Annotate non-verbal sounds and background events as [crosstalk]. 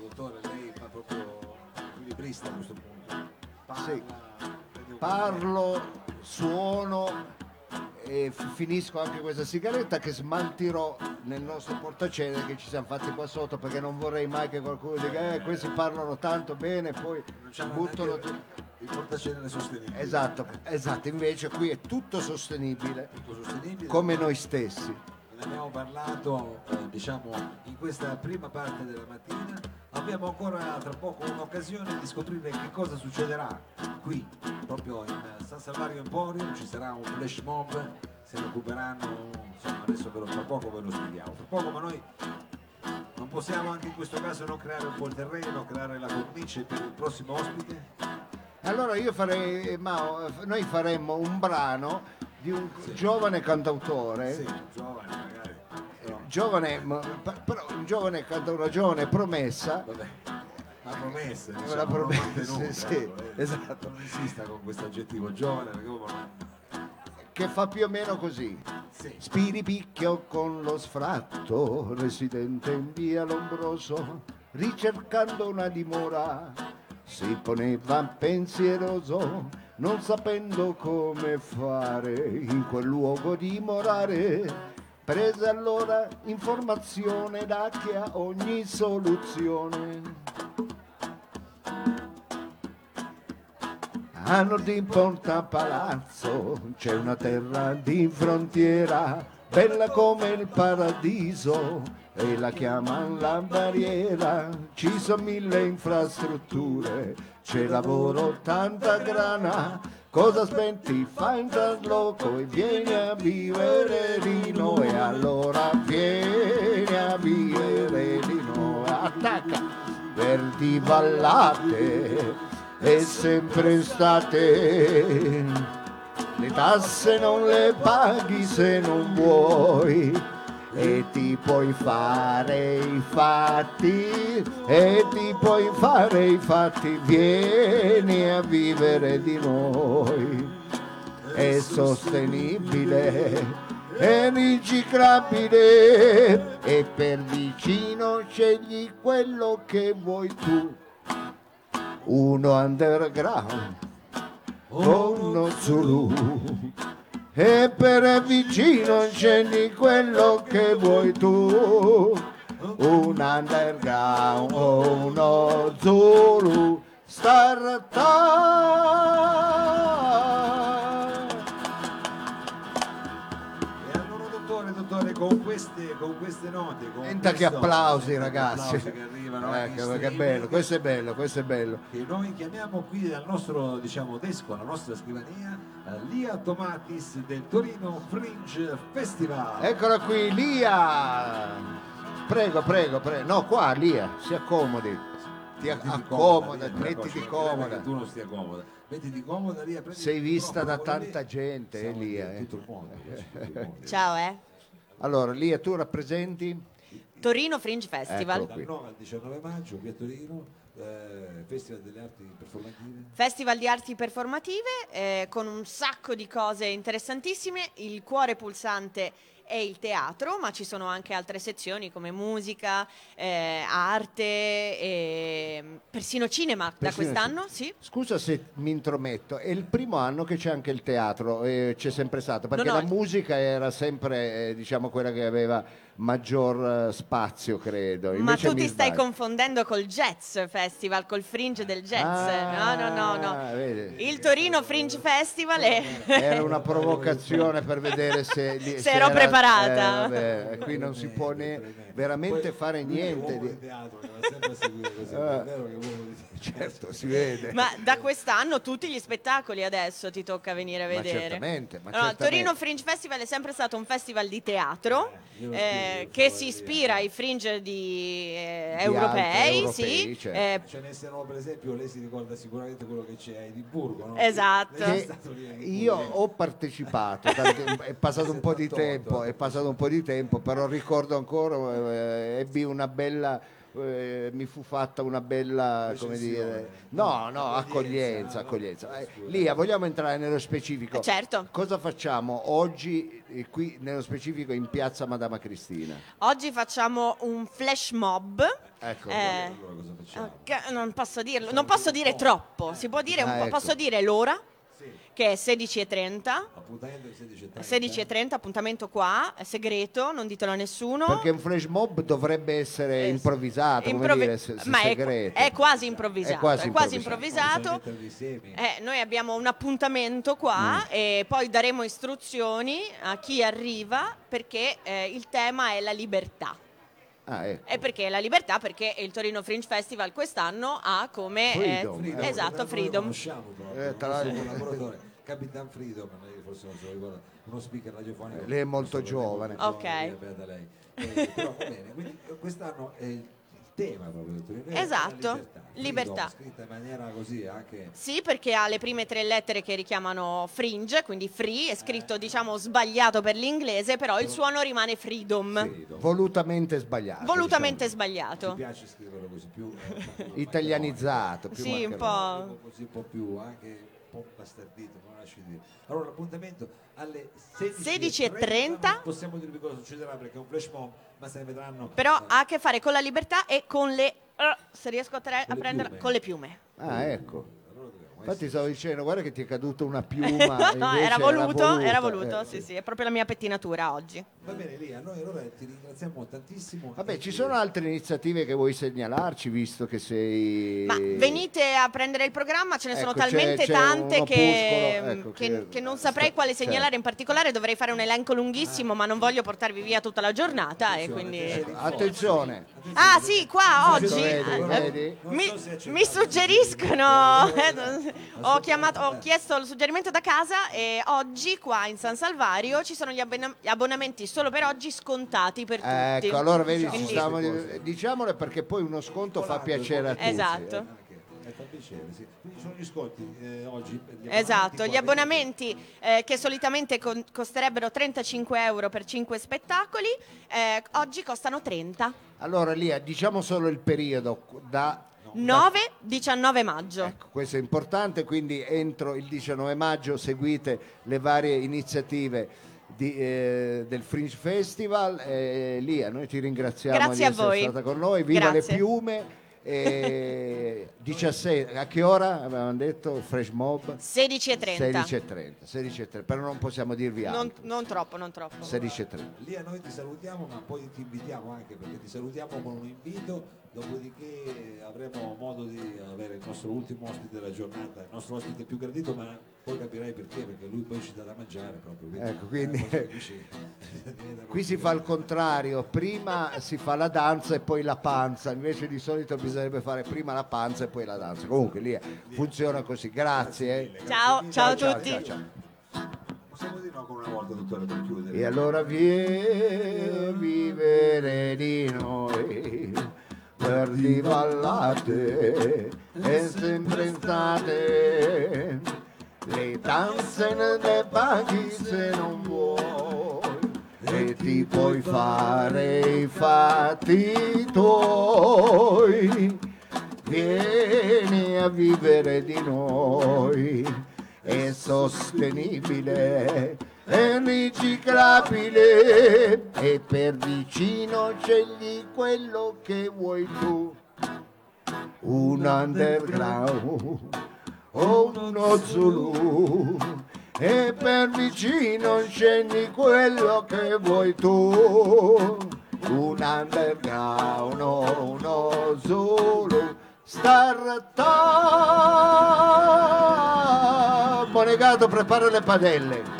Dottore, lei fa proprio un librista a questo punto. Parla, Sì. prende un- Parlo, suono e f- finisco anche questa sigaretta che smaltirò nel nostro portacene che ci siamo fatti qua sotto perché non vorrei mai che qualcuno dica eh, questi parlano tanto bene e poi Non c'è buttano buttano tutto. il portacenere sostenibile. Esatto, esatto, invece qui è tutto sostenibile Tutto sostenibile. come noi stessi. Ne abbiamo parlato eh, diciamo in questa prima parte della mattina. Abbiamo ancora tra poco un'occasione di scoprire che cosa succederà qui, proprio in eh, San Salvario Emporium. Ci sarà un flash mob, si recuperanno, insomma adesso ve lo, tra poco ve lo spieghiamo. Tra poco ma noi non possiamo anche in questo caso non creare un po' il terreno, creare la cornice per il prossimo ospite. Allora io farei, eh, Mao, noi faremmo un brano di un giovane cantautore. Sì, giovane magari. Eh, Però, Giovane, ma- pa- però un giovane cantauragione promessa vabbè, la promessa, diciamo, la non [laughs] promessa, mantenuta, sì, ecco, eh. esatto, Non insista con questo aggettivo giovane, perché proprio- che fa più o meno così. sì, Spiripicchio con lo sfratto, residente in via Lombroso, ricercando una dimora, si poneva pensieroso, non sapendo come fare in quel luogo dimorare. Prese allora informazione da chi ha ogni soluzione. A nord in Porta Palazzo c'è una terra di frontiera, bella come il paradiso e la chiamano la barriera. Ci sono mille infrastrutture, c'è lavoro, tanta grana. Cosa aspetti? Fai un trasloco e vieni a vivere di noi. Allora vieni a vivere di noi. Attacca! Verdi ballate è sempre estate. Le tasse non le paghi se non vuoi e ti puoi fare i fatti e ti puoi fare i fatti. Vieni a vivere di noi. È sostenibile, è riciclabile e per vicino scegli quello che vuoi tu uno underground, Oh, uno Zulu. E per vicino scendi quello che vuoi tu, un underground o uno Zulu. Startup! E allora dottore, dottore, con queste, con queste note... Con Senta che questo- applausi che ragazzi. applausi che arrivano anche in Ecco, che streaming, bello, questo è bello, questo è bello. Che noi chiamiamo qui al nostro diciamo, desco, alla nostra scrivania, eh, Lia Tomatis del Torino Fringe Festival. Eccola qui, Lia. Prego, prego, prego. No, qua, Lia, si accomodi. Ti Mettiti accomoda, Lia, per mettiti la cosa, comoda. perché Tu non stia comoda. Mettiti comoda, Lia. prendi Sei il vista da microfono, tanta lì. gente, eh, Siamo Lia, in eh. tutto il mondo, adesso, tutto il mondo. [laughs] Ciao, eh. Allora, Lia, tu rappresenti? Torino Fringe Festival. Ecco. Dal 9 al 19 maggio, qui a Torino, eh, Festival delle Arti Performative. Festival di arti performative eh, con un sacco di cose interessantissime. Il cuore pulsante è il teatro, ma ci sono anche altre sezioni come musica, eh, arte, e mm, persino cinema da Persino quest'anno. ci- Sì. Scusa se mi intrometto, è il primo anno che c'è anche il teatro, eh, c'è sempre stato, perché No, no. la musica era sempre eh, diciamo, quella che aveva maggior eh, spazio, credo. ma Invece tu mi ti stai sbaglio. confondendo col Jazz Festival, col Fringe del Jazz. Ah, no, no, no, no. vedi. Eh, Il Torino Fringe Festival è... Eh, [laughs] Era una provocazione per vedere se, li- [laughs] Se se ero era- preparata. eh, vabbè, qui non si può ne- Tremendo. veramente Poi, fare lui è niente. uomo di di- teatro, che va sempre a seguire così, Eh. è vero che è uomo di teatro. Certo, si vede. Ma da quest'anno tutti gli spettacoli adesso ti tocca venire a Ma vedere. certamente, ma Allora, certamente. Torino Fringe Festival è sempre stato un festival di teatro Eh, io lo eh, spiego, che lo si so, ispira eh. ai fringe di, eh, Di altri europei, europei, sì. certo. eh, Ce ne sono per esempio, lei si ricorda sicuramente quello che c'è a Edimburgo, no? Esatto. Lei è Che stato lì a Edimburgo. io ho partecipato, tanti- è passato un po' di 78. tempo, è passato un po' di tempo, però ricordo ancora, eh, ebbi eh, una bella eh, mi fu fatta una bella, come Recensione. dire, no, no, Accoglienza, accoglienza, no? accoglienza. Eh, Scusa. Lia, vogliamo entrare nello specifico? Eh, certo. Cosa facciamo oggi eh, qui nello specifico in Piazza Madama Cristina? Oggi facciamo un flash mob. Ecco. Eh, Allora cosa facciamo? ok, non posso dirlo, non posso dire troppo. Si può dire un Ah, po'. ecco. Posso dire l'ora, Sì, che è 16.30. appuntamento alle 16.30. Eh, 16.30, appuntamento qua, è segreto, non ditelo a nessuno. Perché un flash mob dovrebbe essere Eh, improvvisato, improv- come dire, se- se ma è, segreto. è quasi improvvisato. È quasi eh. improvvisato. improvvisato. Bisogna metterli insieme. Eh, noi abbiamo un appuntamento qua Mm. e poi daremo istruzioni a chi arriva perché eh, il tema è la libertà. Ah, ecco. E perché la libertà? Perché il Torino Fringe Festival quest'anno ha come... Freedom. Freedom, tra eh, l'altro esatto, lo Freedom. conosciamo proprio, Eh, tra il nostro l'altro- collaboratore, Capitan Freedom, lei forse non se lo ricorda, uno speaker radiofonico. Eh, lei è molto Forse lo vedo giovane. molto Ok. giovane, via per da lei. Eh, però va bene, quindi eh, quest'anno è il il tema proprio del Torino, è la Esatto, libertà. Freedom, libertà. Scritta in maniera così anche... Sì, perché ha le prime tre lettere che richiamano fringe, quindi free, è scritto diciamo sbagliato per l'inglese, però il suono rimane freedom. Freedom. Volutamente sbagliato. Volutamente Mi sbagliato. piace scriverlo così, più... [laughs] diciamo. Italianizzato. più Sì, un maccheroni. po'. Dico Così un po' più, anche un po' bastardito, come lasci dire. Allora, l'appuntamento alle 16.30. 16.30. Non possiamo dirvi cosa succederà perché è un flash mob, ma se ne vedranno. Però eh, ha a che fare con la libertà e con le... eh, se riesco a, tra- Con a le prenderla... piume. Con le piume. Ah, ecco. allora dobbiamo Infatti essere- stavo dicendo, guarda che ti è caduta una [laughs] No, piuma. no, invece era voluto, era eh. voluto, sì, sì, è proprio la mia pettinatura oggi. Va bene, Lia, noi allora ti ringraziamo tantissimo. Vabbè, ci sono altre iniziative che vuoi segnalarci, visto che sei... Ma venite a prendere il programma, ce ne sono Ecco, c'è- talmente c'è tante un che, opuscolo, ecco, che- che- certo. che non saprei quale segnalare in particolare, dovrei fare un elenco lunghissimo, ma non voglio portarvi via tutta la giornata e quindi... Attenzione. Ah sì, qua Sì, oggi vedi, eh, vedi? Non mi, so se è accettato. mi [laughs] suggeriscono, Eh, ho, chiamato- ho chiesto il suggerimento da casa e oggi qua in San Salvario ci sono gli abbena- gli abbonamenti solo per oggi scontati per tutti. Ecco, allora vedi, ci Quindi- stavamo- diciamole perché poi uno sconto fa piacere a tutti. Esatto. Anche, eh, fa piacere, sì. Quindi sono gli sconti eh, oggi. gli abbonamenti Esatto, gli qua. abbonamenti eh, che solitamente con- costerebbero 35 euro per 5 spettacoli, eh, oggi costano 30. Allora Lia, diciamo solo il periodo da... 9-19 maggio. Ecco, questo è importante, quindi entro il 19 maggio seguite le varie iniziative di, eh, del Fringe Festival. Eh, Lia, noi ti ringraziamo Grazie di a essere voi. stata con noi. Viva Grazie. le piume! [laughs] eh, 17, a che ora avevamo detto Fresh Mob? 16.30. 16.30, 16.30, però non possiamo dirvi Non, altro. non troppo, non troppo. 16.30. Lia, noi ti salutiamo, ma poi ti invitiamo anche perché ti salutiamo con un invito. Dopodiché avremo modo di avere il nostro ultimo ospite della giornata, il nostro ospite più gradito, ma poi capirai perché, perché lui poi ci dà da mangiare proprio. Ecco, quindi- è una cosa che qui ci- diventa [laughs] Qui si proprio- fa il contrario, prima si fa la danza e poi la panza, invece di solito bisognerebbe fare prima la panza e poi la danza. Comunque lì funziona così, grazie. eh. Ciao, ciao a tutti. Possiamo dire no con una volta, dottore, per chiudere. E allora vieni a vivere di noi, per di ballate e sempre estate, le danze ne paghi se non vuoi, e ti puoi fare i fatti tuoi, vieni a vivere di noi è sostenibile, è riciclabile e per vicino scegli quello che vuoi tu. Un underground o uno zulu e per vicino scegli quello che vuoi tu. Un underground o uno zulu Startup! Monegato prepara le padelle.